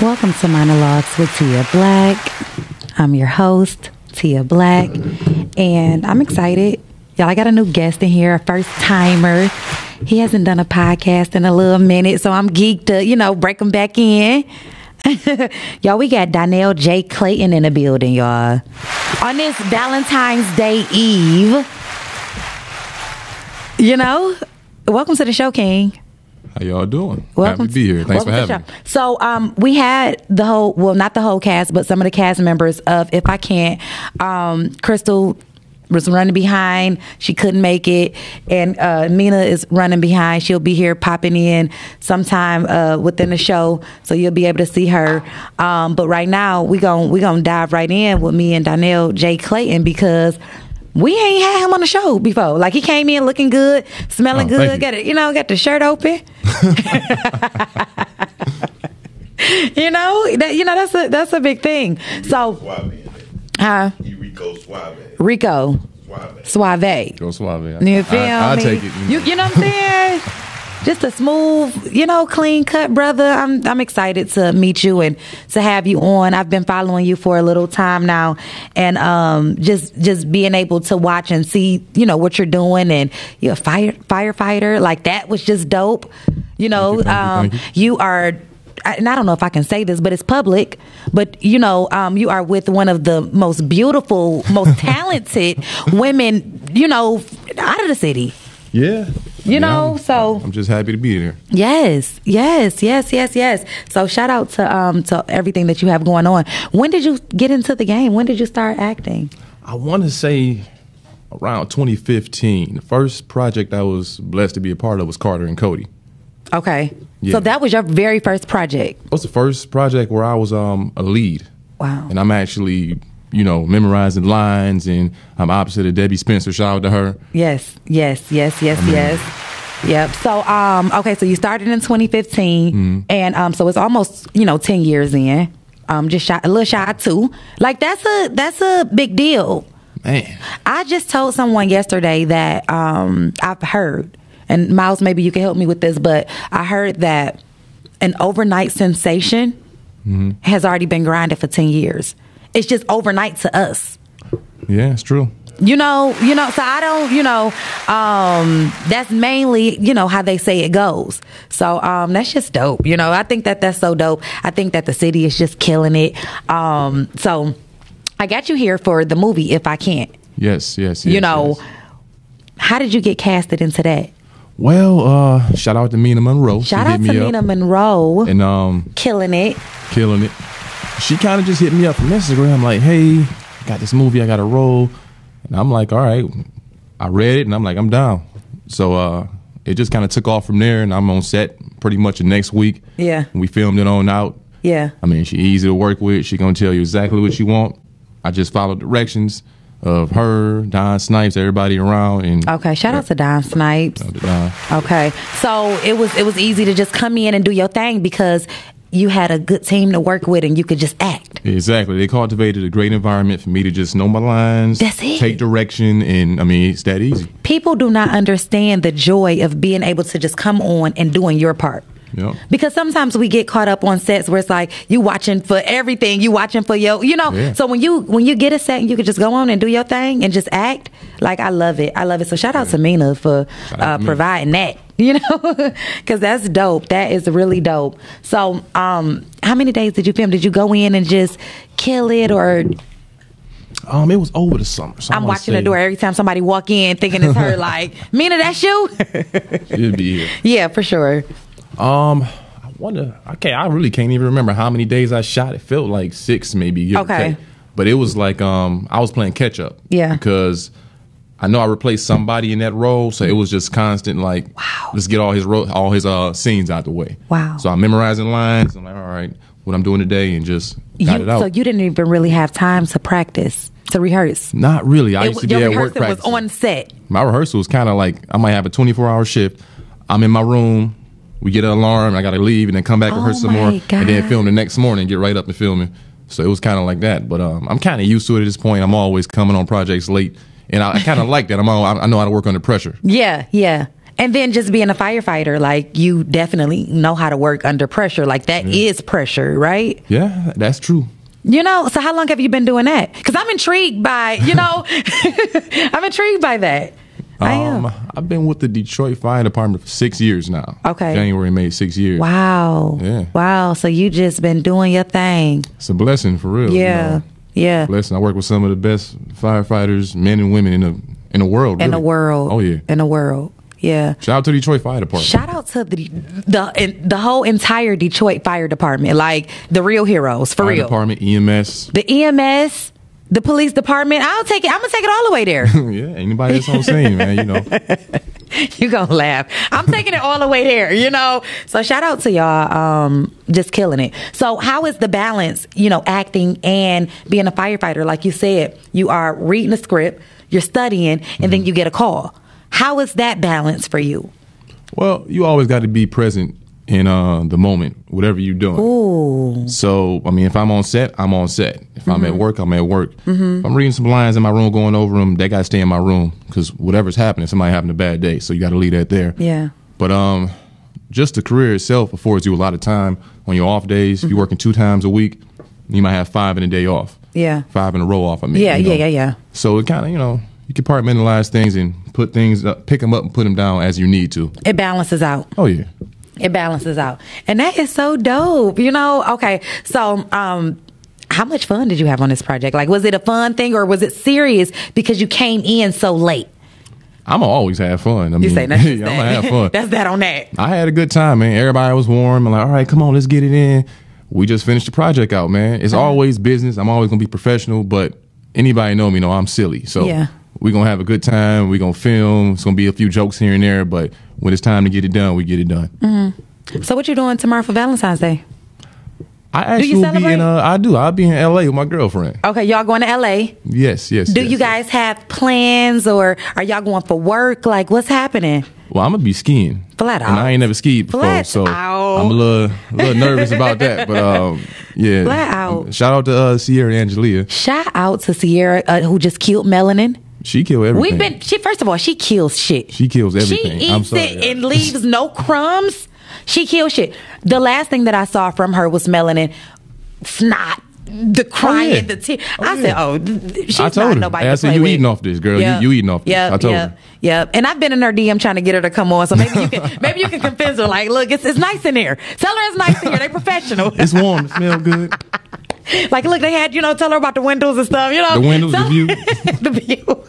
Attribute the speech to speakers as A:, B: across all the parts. A: Welcome to Monologues with Tia Black. I'm your host, Tia Black, and I'm excited. Y'all, I got a new guest in here, a first timer. He hasn't done a podcast in a little minute, so I'm geeked to, you know, break him back in. y'all, we got Donnell J. Clayton in the building, y'all. On this Valentine's Day Eve, you know, welcome to the show, King.
B: How y'all doing?
A: Welcome
B: Happy to be here. Thanks for
A: welcome to the
B: having me.
A: show. So um, we had the whole, well, not the whole cast, but some of the cast members of If I Can't. Um, Crystal was running behind; she couldn't make it, and uh, Mina is running behind. She'll be here popping in sometime uh, within the show, so you'll be able to see her. Um, but right now, we gon' we gonna dive right in with me and Donnell J Clayton because. We ain't had him on the show before. Like he came in looking good, smelling
B: Oh, thank
A: good,
B: you.
A: got it, you know, got the shirt open you know that you know that's a that's a big thing so
C: Suave in it.
A: uh
C: Rico Suave.
A: rico
C: Suave.
A: suave
B: Go suave.
A: you feel
B: I, I
A: me
B: take it.
A: you, you know what i'm saying just a smooth you know clean cut brother i'm i'm excited to meet you and to have you on i've been following you for a little time now and um just just being able to watch and see you know what you're doing and you're a fire firefighter like that was just dope you know
B: Thank you, thank you,
A: um
B: thank you.
A: you are I- and I don't know if I can say this, but it's public. But you know, um, you are with one of the most beautiful, most talented women, you know, out of the city.
B: yeah.
A: You know,
B: I'm-
A: so-
B: I'm just happy to be here.
A: Yes, yes, yes, yes, yes. So shout out to um to everything that you have going on. When did you get into the game? When did you start acting?
B: I want to say around 2015, the first project I was blessed to be a part of was Carter and Cody.
A: Okay,
B: Yeah.
A: so that was your very first project.
B: That was the first project where I was um, a lead.
A: Wow.
B: And I'm actually, you know, memorizing lines, and I'm opposite of Debbie Spencer. Shout out to her.
A: Yes, yes, yes, yes, yes. Yep. So, um, okay, so you started in 2015,
B: Mm-hmm.
A: and um, so it's almost you know 10 years in. Um, just shy, a little shy too. Like that's a that's a big deal.
B: Man.
A: I just told someone yesterday that um, I've heard, and Miles, maybe you can help me with this, but I heard that an overnight sensation has already been grinded for 10 years. It's just overnight to us
B: Yeah, it's true.
A: you know you know so i don't you know um that's mainly you know how they say it goes so um that's just dope you know i think that that's so dope i think that the city is just killing it um so i got you here for the movie if i can't
B: Yes, yes, yes.
A: you know
B: yes.
A: how did you get casted into that
B: Well, uh, shout out to Mina Monroe. She
A: shout
B: hit
A: out
B: me
A: to
B: up.
A: nina monroe
B: And um,
A: killing it
B: killing it. She kind of just hit me up from Instagram, like, "Hey, I got this movie, I got a role," and I'm like, "All right." I read it, and I'm like, "I'm down." So uh, it just kind of took off from there, and I'm on set pretty much the next week.
A: Yeah.
B: we filmed it on out.
A: yeah
B: I mean, she easy to work with. She gonna tell you exactly what you want. I just followed directions of her, Don Snipes, everybody around, and
A: okay shout out to don snipes
B: Uh,
A: Okay. So it was it was easy to just come in and do your thing because you had a good team to work with and you could just act.
B: Exactly. They cultivated a great environment for me to just know my lines,
A: That's it.
B: take direction, and I mean, it's that easy.
A: People do not understand the joy of being able to just come on and doing your part.
B: Yep.
A: Because sometimes we get caught up on sets where it's like you watching for everything, you watching for your, you know.
B: Yeah.
A: So when you when you get a set and you can just go on and do your thing and just act, like I love it, I love it. So shout out to Mina for
B: Shout out
A: uh,
B: to Mina.
A: providing that, you know, because that's dope. That is really dope. So um, how many days did you film? Did you go in and just kill it, or
B: Um, it was over the summer. So I
A: I'm
B: wanna
A: watching the
B: say
A: door every time somebody walk in thinking it's her, like Mina, that's you?
B: It'd be here.
A: yeah, for sure.
B: Um, I wonder. Okay, I really can't even remember how many days I shot. It felt like six, maybe. give or
A: Okay.
B: take. But it was like um, I was playing catch up.
A: Yeah.
B: Because I know I replaced somebody in that role, so it was just constant. Like, wow. Let's get all his ro- all his uh scenes out the way.
A: Wow.
B: So I'm memorizing lines. I'm like, all right, what I'm doing today, and just got
A: You-
B: it out.
A: So you didn't even really have time to practice to rehearse.
B: Not really.
A: It
B: I used
A: was-
B: to be
A: your
B: at work
A: rehearsal was
B: practice.
A: on set.
B: my rehearsal was kind of like I might have a 24 hour shift. I'm in my room. We get an alarm. I got to leave and then come back and
A: Oh
B: rehearse some
A: my
B: more, and
A: God.
B: then film the next morning. Get right up and filming. So it was kind of like that. But um, I'm kind of used to it at this point. I'm always coming on projects late, and I, I kind of like that. I'm all, I, I know how to work under pressure.
A: Yeah, yeah. And then just being a firefighter, like you definitely know how to work under pressure. Like that
B: Mm-hmm.
A: is pressure, right?
B: Yeah, that's true.
A: You know, so how long have you been doing that? Because I'm intrigued by, you know, I'm intrigued by that. I am.
B: Um, I've been with the Detroit Fire Department for six years now.
A: Okay.
B: January made six years.
A: Wow.
B: Yeah.
A: Wow. So you just been doing your thing.
B: It's a blessing for real. you
A: Yeah.
B: know.
A: Yeah.
B: Blessing. I work with some of the best firefighters, men and women in the in the world.
A: In the
B: really.
A: world.
B: Oh yeah.
A: In the world. Yeah.
B: Shout out to Detroit Fire Department.
A: Shout out to the the and the whole entire Detroit Fire Department, like the real heroes for
B: Fire
A: real.
B: Department, E EMS.
A: The EMS, the police department. I'll take it. I'm gonna take it all the way there.
B: yeah. Anybody that's on scene, man. You know.
A: you gonna laugh. I'm taking it all the way there, you know? So shout out to y'all. Um, just killing it. So how is the balance, you know, acting and being a firefighter? Like you said, you are reading a script, you're studying, and then you get a call. How is that balance for you?
B: Well, you always got to be present in uh, the moment, whatever you're doing. So, I mean, if I'm on set, I'm on set. If I'm
A: Mm-hmm.
B: at work, I'm at work. If I'm reading some lines in my room, going over them, they got to stay in my room because whatever's happening, somebody having a bad day, so you got to leave that there.
A: Yeah.
B: But um, just the career itself affords you a lot of time on your off days.
A: Mm-hmm.
B: If you're working two times a week, you might have five in a day off.
A: Yeah.
B: Five in a row off. I mean.
A: Yeah,
B: you
A: yeah,
B: know.
A: yeah, yeah.
B: So it kind of you know you compartmentalize things and put things up, pick them up and put them down as you need to.
A: It balances out.
B: Oh yeah.
A: It balances out. And that is so dope. You know, okay. So um how much fun did you have on this project? Like was it a fun thing or was it serious because you came in so late?
B: I'm gonna always have fun. I
A: You
B: mean,
A: say that's just
B: Mm. I'm
A: that.
B: gonna have fun.
A: that's that on that.
B: I had a good time, man. Everybody was warm. I'm like, all right, come on, let's get it in. We just finished the project out, man. It's always business. I'm always gonna be professional, but anybody know me know I'm silly. So
A: Yeah.
B: we're gonna have a good time. We're gonna film. It's gonna be a few jokes here and there, but when it's time to get it done, we get it done.
A: Mm. So what you doing tomorrow for Valentine's Day?
B: I actually
A: you
B: will be in.
A: celebrate?
B: Uh, I do. I'll be in L.A. with my girlfriend.
A: Okay, y'all going to LA.
B: Yes, yes.
A: Do
B: yes.
A: you guys have plans or are y'all going for work? Like what's happening?
B: Well, I'm gonna be skiing.
A: Flat
B: And
A: out.
B: I ain't never skied before,
A: Flat
B: so
A: out.
B: I'm a little, a little nervous about that. But um, yeah.
A: Flat out.
B: Shout out to uh, Sierra and Angelia.
A: Shout out to Sierra uh, who just killed melanin.
B: She killed
A: We've
B: everything.
A: been she first of all, she kills shit.
B: She kills everything.
A: She eats
B: I'm sorry,
A: it
B: y'all.
A: and leaves no crumbs. She kills shit. The last thing that I saw from her was melanin snot. The crying,
B: yeah.
A: the tear.
B: Oh,
A: I said,
B: yeah.
A: "Oh, th- th- she's
B: I told
A: not
B: her.
A: nobody."
B: I
A: to
B: said,
A: play
B: "You
A: with."
B: eating off this, girl. You- you eating off this."
A: Yep,
B: I told
A: yep,
B: her.
A: Yep. And I've been in her DM trying to get her to come on, so maybe you can maybe you can convince her. Like, look, it's, it's nice in here. Tell her it's nice in here. They professional.
B: It's warm. It smell good.
A: like, look, they had you know, tell her about the windows and stuff. You know,
B: The windows, the
A: Tell-
B: view.
A: the view.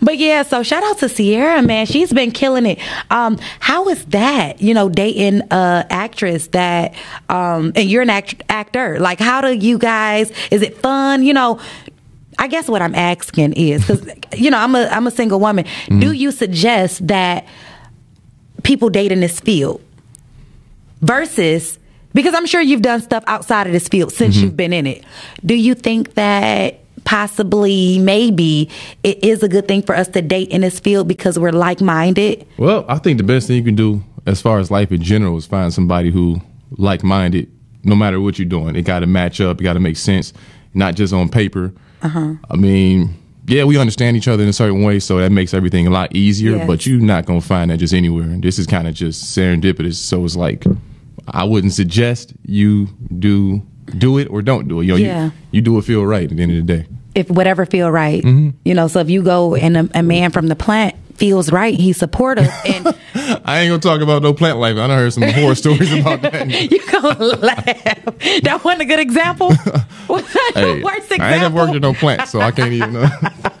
A: But yeah, so shout out to Sierra, man. She's been killing it. Um, how is that? You know, dating a actress that, um, and you're an act- actor. Like, how do you guys? Is it fun? You know, I guess what I'm asking is because you know I'm a I'm a single woman.
B: Mm-hmm.
A: Do you suggest that people date in this field versus? Because I'm sure you've done stuff outside of this field
B: Mm-hmm.
A: since you've been in it. Do you think that possibly, maybe, it is a good thing for us to date in this field because we're like minded?
B: Well, I think the best thing you can do as far as life in general is find somebody who like minded, no matter what you're doing. It got to match up, it got to make sense, not just on paper.
A: Uh-huh.
B: I mean, yeah, we understand each other in a certain way, so that makes everything a lot easier,
A: Yes.
B: but you're not going to find that just anywhere. And this is kind of just serendipitous. So it's like, I wouldn't suggest you do do it or don't do it. You know,
A: Yeah.
B: you, you do what feel right at the end of the day.
A: If whatever feel right,
B: Mm-hmm.
A: you know. So if you go and a, a man from the plant feels right, he's supportive, and
B: I ain't gonna talk about no plant life. I done heard some horror stories about that.
A: you gonna laugh. That wasn't a good example. Was that the
B: Hey,
A: worst example?
B: I ain't have worked at no plant, so I can't even. Uh,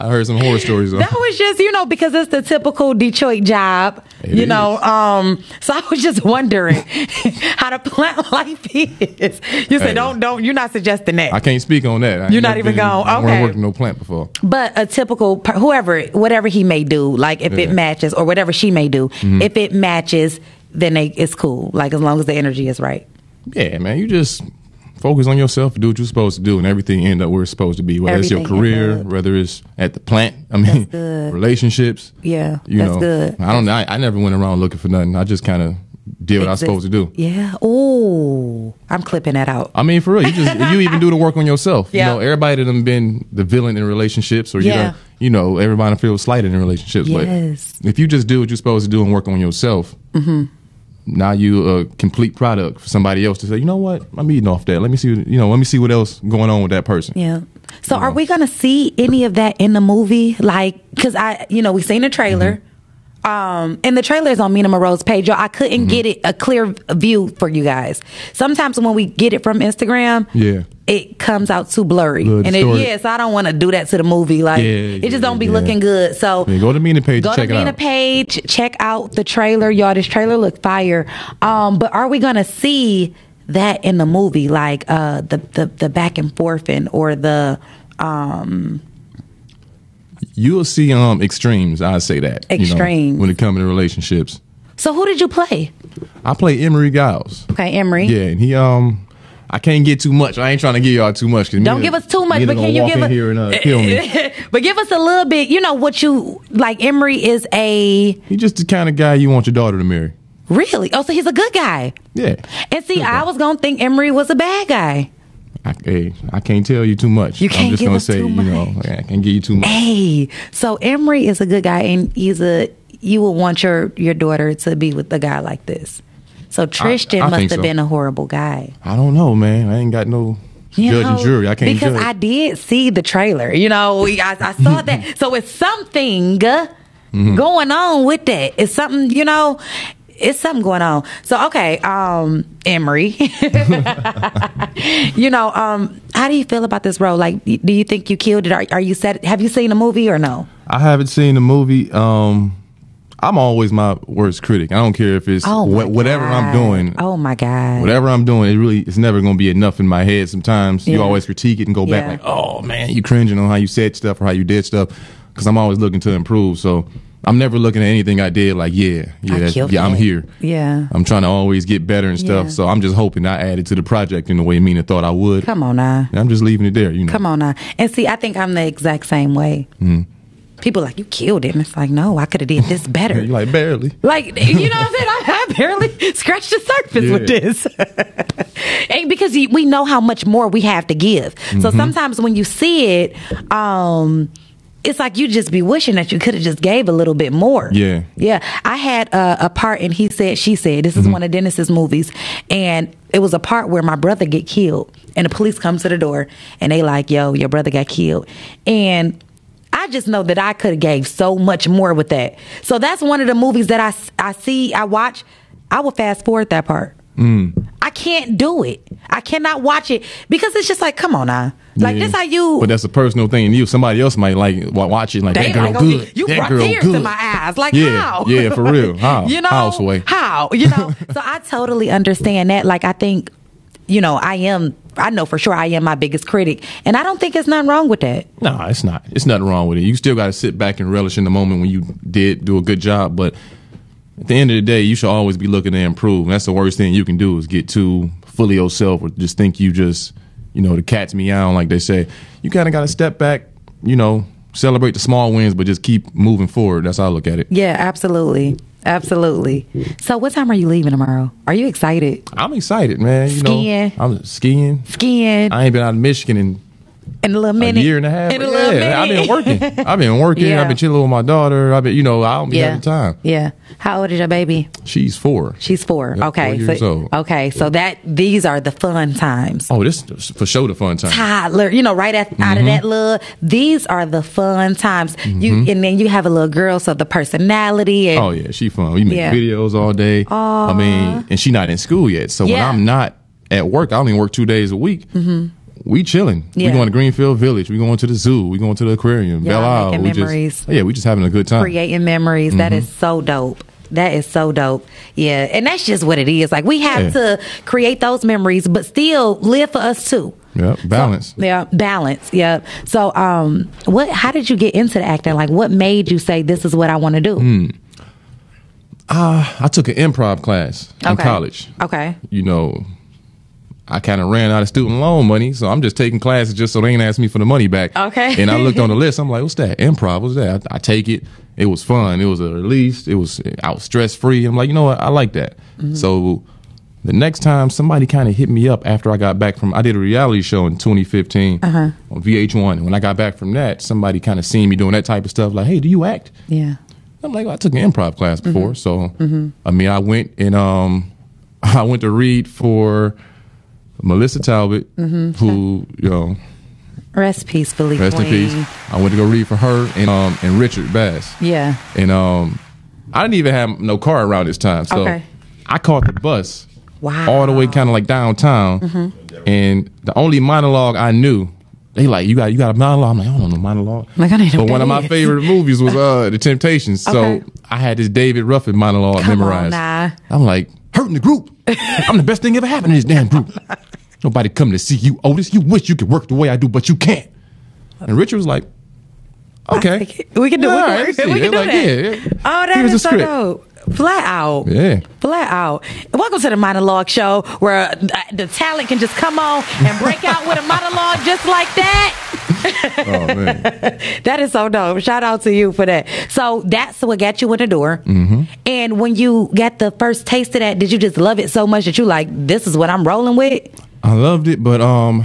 B: I heard some horror stories. Though.
A: That was just, you know, because it's the typical Detroit job,
B: It
A: you
B: is.
A: know. Um, so I was just wondering how the plant life is. You said
B: Hey.
A: don't, don't. You're not suggesting that,
B: I can't speak on that. I ain't
A: You're not
B: never
A: even
B: been-
A: gone.
B: I ain't never
A: Okay.
B: worked at no plant before.
A: but a typical per- whoever, whatever he may do, like if it
B: Yeah. Mm-hmm.
A: matches or whatever she may do, if it matches, then they, it's cool. Like as long as the energy is right.
B: Yeah, man, you just focus on yourself, do what you're supposed to do, and everything end up where it's supposed to be. Whether it's
A: Everything
B: your
A: end
B: career,
A: up.
B: whether it's at the plant. I mean, relationships.
A: Yeah,
B: you
A: that's
B: know,
A: good.
B: I don't. I, I never went around looking for nothing. I just kind of did what I was
A: Exist-
B: supposed to do.
A: Yeah. Oh, I'm clipping that out.
B: I mean, for real, you just you even do the work on yourself.
A: Yeah.
B: You know, everybody done been the villain in relationships, or
A: Yeah.
B: you know, you know, everybody feels slighted in relationships.
A: Yes. Mm-hmm.
B: But if you just do what you're supposed to do and work on yourself, now you a complete product for somebody else to say, you know what, I'm eating off that. Let me see, you know, let me see what else going on with that person.
A: Yeah. So are we gonna see any of that in the movie? Like, cause I, you know, we seen the trailer.
B: Mm-hmm.
A: Um, and the trailer is on Mina Moreau's page. Y'all, I couldn't
B: Mm-hmm.
A: get it a clear view for you guys. Sometimes when we get it from Instagram,
B: Yeah.
A: it comes out too blurry.
B: Little
A: and it,
B: distorted.
A: yes, I don't want to do that to the movie. Like,
B: Yeah,
A: it just
B: yeah,
A: don't be
B: yeah.
A: looking good. So
B: Yeah, go to Mina page
A: Go
B: and
A: to
B: check it
A: Mina
B: out.
A: page. Check out the trailer, y'all. This trailer look fire. Um, but are we gonna see that in the movie, like uh, the the the back and forth and or the um,
B: You'll see um extremes. I say that you know,
A: Extremes.
B: when it comes to relationships.
A: so who did you play?
B: I play Emery Giles.
A: Okay, Emery.
B: Yeah, and he um, I can't get too much. I ain't trying to give y'all too much.
A: Don't give us too much, but can you give us
B: us here and uh, kill me?
A: but give us a little bit. You know what you like. Emery is a
B: He's just the kind of guy you want your daughter to marry.
A: really. Oh, so he's a good guy.
B: Yeah,
A: And see, I was gonna think Emery was a bad guy.
B: I, hey, I can't tell you too much.
A: You can't
B: I'm just
A: give
B: gonna
A: us
B: say,
A: too
B: you know,
A: much.
B: I can't give you too much.
A: Hey, so Emery is a good guy, and he's a you would want your your daughter to be with a guy like this. So Tristan must
B: think
A: have
B: so.
A: been a horrible guy.
B: I don't know, man. I ain't got no
A: You
B: judge and
A: know,
B: jury. I can't
A: because
B: judge.
A: I did see the trailer. You know, I, I saw that. So it's something uh,
B: Mm-hmm.
A: going on with that. It's something you know. It's something going on. So okay, um, Emery, you know, um, how do you feel about this role? Like, do you think you killed it? Are, are you set? Have you seen the movie or no?
B: I haven't seen the movie. Um, I'm always my worst critic. I don't care if it's
A: Oh, my
B: wha- whatever I'm
A: God.
B: doing.
A: Oh my god!
B: Whatever I'm doing, it really it's never gonna be enough in my head. Sometimes
A: Yeah.
B: you always critique it and go
A: Yeah.
B: back like, "Oh man, you cringing on how you said stuff or how you did stuff," because I'm always looking to improve. So I'm never looking at anything I did like, "Yeah, yeah, that's- yeah,
A: killed
B: I'm
A: it.
B: here." Uh,
A: Yeah.
B: I'm trying to always get better and stuff.
A: Yeah.
B: So I'm just hoping I added to the project in the way Mina thought I would.
A: Come on now.
B: And I'm just leaving it there, you know.
A: Come on now. And see, I think I'm the exact same way.
B: Hmm.
A: People like you killed it, and it's like no, I could have did this better.
B: You're like barely.
A: Like you know what I'm saying? I, I barely scratched the surface with
B: Yeah.
A: this, and because you- we know how much more we have to give. So sometimes when you see it, um, it's like you just be wishing that you could have just gave a little bit more.
B: Yeah.
A: yeah. I had a, a part, and he said, she said. This is one of Dennis's movies, and it was a part where my brother get killed, and the police come to the door, and they like, "Yo, your brother got killed," and I just know that I could have gave so much more with that. So that's one of the movies that I, s- I see, I watch. I will fast forward that part. I can't do it. I cannot watch it because it's just like, come on now. Like
B: Yeah.
A: this how you
B: But that's a personal thing in you. Somebody else might like wa- watch it like
A: they
B: that girl
A: like, oh,
B: good.
A: You
B: that
A: brought
B: girl
A: tears
B: good.
A: to my eyes. Like
B: Yeah,
A: how?
B: yeah, for real. How?
A: you know
B: How, Sway?
A: How? You know. so I totally understand that. Like I think, you know, I am. I know for sure I am my biggest critic, and I don't think there's nothing wrong with that.
B: No, it's not. It's nothing wrong with it. You still got to sit back and relish in the moment when you did do a good job. But at the end of the day, you should always be looking to improve. And that's the worst thing you can do is get too fully yourself or just think you just, you know, the cat's meowing, like they say. You kind of got to step back, you know, celebrate the small wins, but just keep moving forward. That's how I look at it.
A: Yeah, absolutely, absolutely. So what time are you leaving tomorrow? Are you excited?
B: I'm excited, man. You know,
A: Skiing.
B: I'm skiing.
A: Skiing
B: I ain't been out of Michigan in
A: in a little
B: a
A: minute.
B: year and a half.
A: In a little minute.
B: yeah, I've been working. I've been working.
A: Yeah.
B: I've been chilling with my daughter. I've been, you know, I don't be
A: yeah.
B: having time.
A: Yeah. How old is your baby?
B: She's four.
A: She's four.
B: Yeah,
A: okay.
B: four years
A: so,
B: old.
A: Okay. So that these are the fun times.
B: Oh, this is for sure the fun time.
A: toddler, you know, right at,
B: Mm-hmm.
A: out of that little. These are the fun times. You and then you have a little girl, so the personality and
B: Mm-hmm. Oh yeah, she fun. We make
A: Yeah.
B: videos all day. I mean, and she not in school yet. So when
A: Yeah. Mm-hmm.
B: I'm not at work, I only work two days a week. We chilling.
A: Yeah.
B: We going to Greenfield Village. We going to the zoo. We going to the aquarium.
A: Y'all
B: Belle Isle.
A: making
B: We just-
A: memories.
B: yeah, Mm-hmm. we just having a good time.
A: creating memories. That is so dope. That is so dope. Yeah, and that's just what it is. Like we have
B: Yeah.
A: to create those memories, but still live for us too.
B: Yep, balance.
A: Yeah, balance. Yeah. So, um, what? How did you get into the acting? Like, what made you say this is what I want to do?
B: Mm, I took an improv class in
A: Okay.
B: college.
A: Okay.
B: You know, I kind of ran out of student loan money, so I'm just taking classes just so they ain't ask me for the money back.
A: Okay.
B: And I looked on the list. I'm like, what's that? Improv. What's that? I, I take it. It was fun. It was a release. It was I was stress free. I'm like, you know what? I like that. So the next time somebody kind of hit me up after I got back from I did a reality show in 2015 on VH1, and when I got back from that, somebody kind of seen me doing that type of stuff. Like, hey, do you act?
A: Yeah.
B: I'm like, well, I took an improv class before, so I mean, I went and um, I went to read for Melissa Talbot, who you know,
A: Rest peacefully.
B: rest in
A: queen.
B: peace. I went to go read for her and um and Richard Bass,
A: Yeah.
B: and um, I didn't even have no car around this time, so
A: Okay.
B: I caught the bus,
A: Wow. Mm-hmm.
B: all the way kind of like downtown, and the only monologue I knew. They like you got you got a monologue. I'm like I don't know no monologue.
A: Like, I don't know
B: but
A: what
B: one
A: that
B: of my
A: is.
B: favorite movies was uh The Temptations.
A: Okay.
B: So I had this David Ruffin monologue
A: Come on
B: memorized.
A: now.
B: I'm like, hurting the group. I'm the best thing ever happened to this damn group. Nobody coming to see you, Otis. You wish you could work the way I do, but you can't. And Richard was like, okay.
A: We can do,
B: All
A: we
B: right,
A: can,
B: I
A: work
B: see
A: it. we
B: it.
A: can do
B: Like,
A: that.
B: yeah, yeah.
A: Oh, that is
B: Here's the
A: so
B: script.
A: dope. Flat out.
B: Yeah.
A: Flat out. Welcome to the monologue show where uh, the talent can just come on and break out with a monologue just like that.
B: Oh, man.
A: That is so dope. Shout out to you for that. So that's what got you in the door. Mm-hmm. And when you got the first taste of that, did you just love it so much that you like, this is what I'm rolling with?
B: I loved it, but um,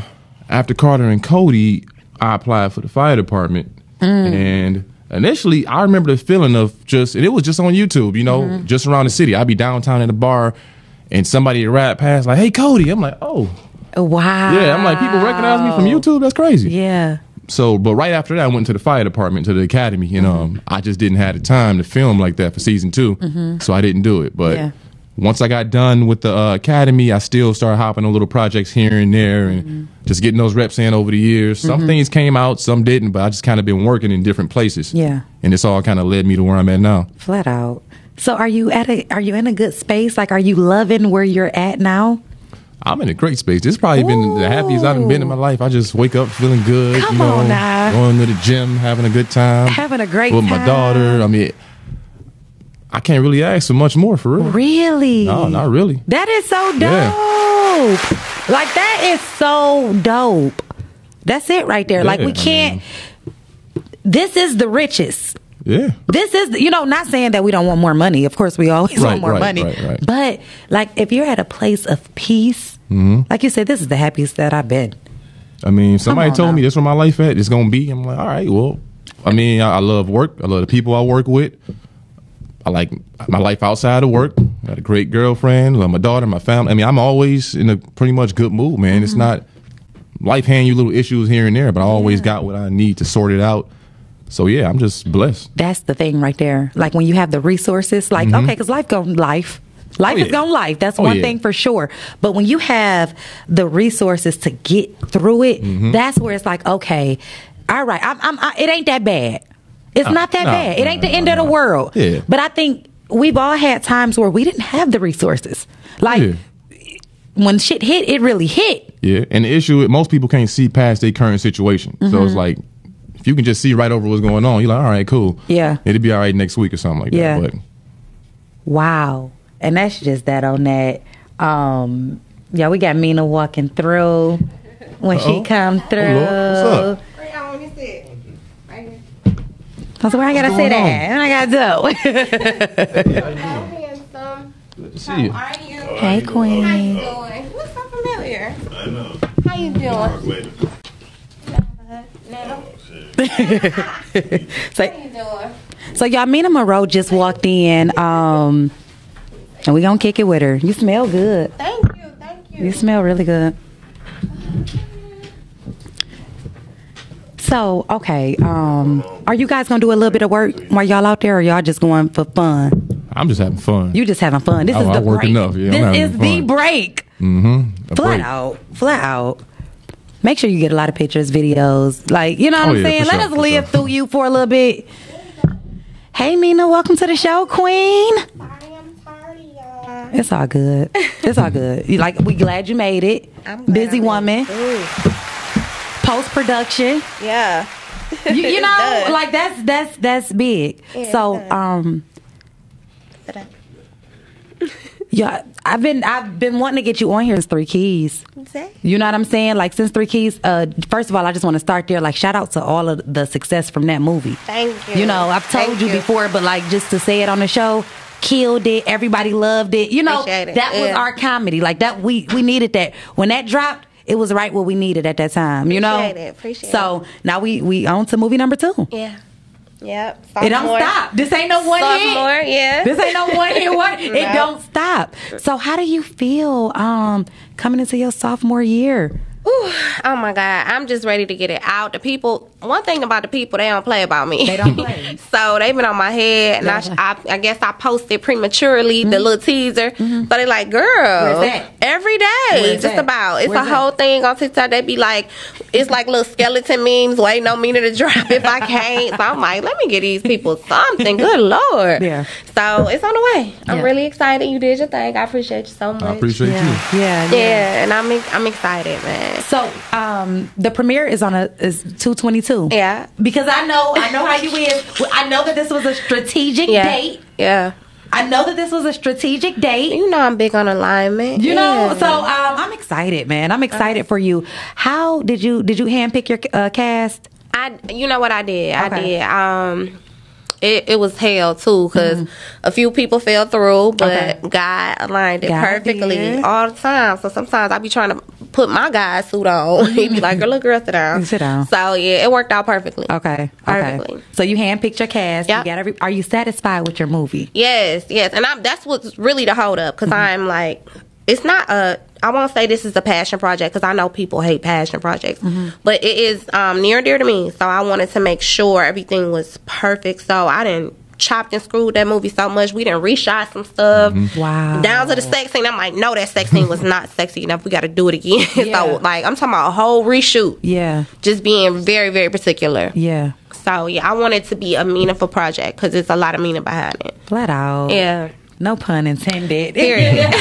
B: after Carter and Cody, I applied for the fire department,
A: Mm.
B: and initially I remember the feeling of just, and it was just on YouTube, you know,
A: Mm-hmm.
B: just around the city. I'd be downtown at a bar, and somebody would ride past like, "Hey, Cody," I'm like, "Oh,
A: Wow.
B: yeah." I'm like, people recognize me from YouTube. That's crazy.
A: Yeah.
B: So, but right after that, I went to the fire department to the academy, and um, I just didn't have the time to film like that for season 2 so I didn't do it. But
A: Mm-hmm. Yeah.
B: once I got done with the uh, academy, I still started hopping on little projects here and there, and
A: Mm-hmm.
B: just getting those reps in over the years. Some things came out, some didn't, but I just kind of been working in different places.
A: Yeah.
B: and it's all kind of led me to where I'm at now.
A: Flat out. So are you at a are you in a good space? Like are you loving where you're at now?
B: I'm in a great space. This has probably been the happiest I've been in my
A: Ooh.
B: life. I just wake up feeling good,
A: Come
B: you know,
A: on now.
B: going to the gym, having a good time,
A: Having a great
B: with my
A: time.
B: daughter. I mean, I can't really ask for much more for real.
A: Really?
B: No, not really.
A: That is so dope.
B: Yeah.
A: Like that is so dope. That's it right there. like
B: Yeah,
A: we
B: I
A: can't this is the richest.
B: Yeah,
A: This is you know, not saying that we don't want more money. Of course we always
B: Right,
A: want more
B: right,
A: money.
B: right, right.
A: But like if you're at a place of peace,
B: Mm-hmm.
A: like you said, this is the happiest that I've been.
B: I mean, somebody
A: on
B: told
A: now.
B: me that's where my life at. It's gonna be. I'm like, all right, well, I mean, I, I love work. I love the people I work with. I like my life outside of work. I got a great girlfriend, love my daughter, my family. I mean, I'm always in a pretty much good mood, man.
A: Mm-hmm.
B: It's not life hand you little issues here and there, but I always got what I need to sort it out. So yeah, I'm just blessed.
A: That's the thing right there. Like when you have the resources, like okay, 'cause okay, because life gone life. Life
B: Mm-hmm.
A: is
B: Oh, yeah.
A: gone life. That's
B: Oh,
A: one
B: yeah.
A: thing for sure. But when you have the resources to get through it,
B: Mm-hmm.
A: that's where it's like, okay, all right, I'm, I'm, I, it ain't that bad. It's not that
B: Uh, no,
A: bad. It ain't
B: no,
A: the end
B: no,
A: of the
B: no.
A: world.
B: Yeah.
A: But I think we've all had times where we didn't have the resources. Like
B: Yeah.
A: when shit hit, it really hit.
B: Yeah, and the issue is most people can't see past their current situation. So
A: Mm-hmm.
B: it's like if you can just see right over what's going on, you're like, all right, cool.
A: Yeah.
B: it'll be all right next week or something like
A: Yeah.
B: that. But
A: Wow. And that's just that on that. Um, yeah, we got Mina walking through when
B: Uh-oh. Oh,
A: she come through.
B: Lord. What's up?
C: Right on, it's it. Right here.
A: I was like, where I gotta say
B: going
A: that. What I gotta
C: How handsome.
B: good to see
C: How
B: you.
C: are you?
A: do. hey,
C: How
A: Queen.
C: you doing? You look so familiar.
D: I know.
C: How you doing?
D: Wait.
C: Now, how
A: So,
C: you doing?
A: so y'all, Mina Moreau just walked in, um, and we gonna kick it with her. You smell good.
C: Thank you, thank you.
A: You smell really good. So, okay, um, are you guys gonna do a little bit of work while y'all out there, or y'all just going for fun?
B: I'm just having fun.
A: You just having fun. This
B: I-
A: is the
B: I work
A: break.
B: enough. Yeah, I'm having
A: this is the
B: fun.
A: break.
B: Mm-hmm. A
A: Flat
B: break.
A: out. Flat out. Make sure you get a lot of pictures, videos. Like, you know what
B: Oh,
A: I'm
B: yeah,
A: saying?
B: for
A: Let
B: sure,
A: us
B: for
A: live
B: sure.
A: through you for a little bit. Hey, Mina, welcome to the show, Queen.
C: Sorry, I'm sorry, y'all.
A: It's all good. It's all good. You Like, we glad you made it.
C: I'm glad
A: Busy
C: I made it.
A: woman, post production.
C: Yeah.
A: You, you know,
C: does.
A: like that's that's um, that's big.
C: Yeah, it
A: so,
C: does.
A: um, Yeah, I've been I've been wanting to get you on here as Three Keys.
C: Exactly.
A: You know what I'm saying? Like since Three Keys, uh, first of all, I just want to start there. Like shout out to all of the success from that movie.
C: Thank you.
A: You know, I've told
C: Thank
A: you,
C: you.
A: before, but like just to say it on the show, killed it. Everybody loved it. You know,
C: Appreciate it.
A: that was
C: Yeah.
A: our comedy. Like that, we we needed that when that dropped. It was right what we needed at that time. You know,
C: Appreciate it. Appreciate
A: so now we we on to movie number two.
C: Yeah. Yep.
A: It don't stop. This ain't no one
C: Sophomore,
A: hit.
C: yeah.
A: This ain't no one hit. What? It
C: Nope.
A: don't stop. So how do you feel um, coming into your sophomore year?
C: Ooh, oh my God. I'm just ready to get it out. The people, one thing about the people, they don't play about me.
A: They don't play.
C: so they've been on my head. And I sh I, I, guess I posted prematurely the
A: Mm-hmm.
C: little teaser. But they like, girl,
A: Where's that?
C: every day.
A: Where's
C: just
A: that?
C: about. It's
A: Where's
C: a
A: that?
C: whole thing on TikTok. They be like, it's like little skeleton memes waiting on me to drop if I can't. so I'm like, let me get these people something. Good Lord.
A: Yeah.
C: So it's on the way. I'm
A: Yeah.
C: really excited. You did your thing. I appreciate you so much.
B: I appreciate you.
A: yeah,
C: Yeah, and I'm I'm excited, man.
A: So um, the premiere is on a is two twenty two.
C: Yeah.
A: Because I know I know how you is. Well, I know that this was a strategic
C: Yeah.
A: date.
C: Yeah.
A: I know that this was a strategic date.
C: You know I'm big on alignment.
A: You know,
C: Yeah.
A: so um, I'm excited, man. I'm excited for you. How did you did you handpick your uh, cast?
C: I you know what I did? I
A: Okay.
C: did. Um it, it was hell too because a few people fell through, but
A: Mm-hmm. Okay.
C: God aligned it
A: God
C: perfectly
A: did.
C: all the time. So sometimes I be trying to put my guy suit on. He'd be like, "Girl, look, girl, sit down."
A: Sit down.
C: So yeah, it worked out perfectly.
A: Okay,
C: Perfectly.
A: okay. So you handpicked your cast. You
C: Yep.
A: got every. Are you satisfied with your movie?
C: Yes, yes, and I'm that's what's really the hold up because
A: Mm-hmm.
C: I'm like, it's not a. I won't say this is a passion project because I know people hate passion projects,
A: Mm-hmm.
C: but it is um, near and dear to me. So I wanted to make sure everything was perfect. So I didn't chopped and screwed that movie so much. We didn't reshot some stuff.
A: Mm-hmm. Wow.
C: Down to the sex scene. I'm like, no, that sex scene was not sexy enough. We got to do it again.
A: Yeah.
C: so like, I'm talking about a whole reshoot.
A: Yeah,
C: Just being very, very particular.
A: yeah.
C: So yeah, I want it to be a meaningful project because it's a lot of meaning behind it.
A: Flat out.
C: Yeah.
A: No pun intended.
C: Period.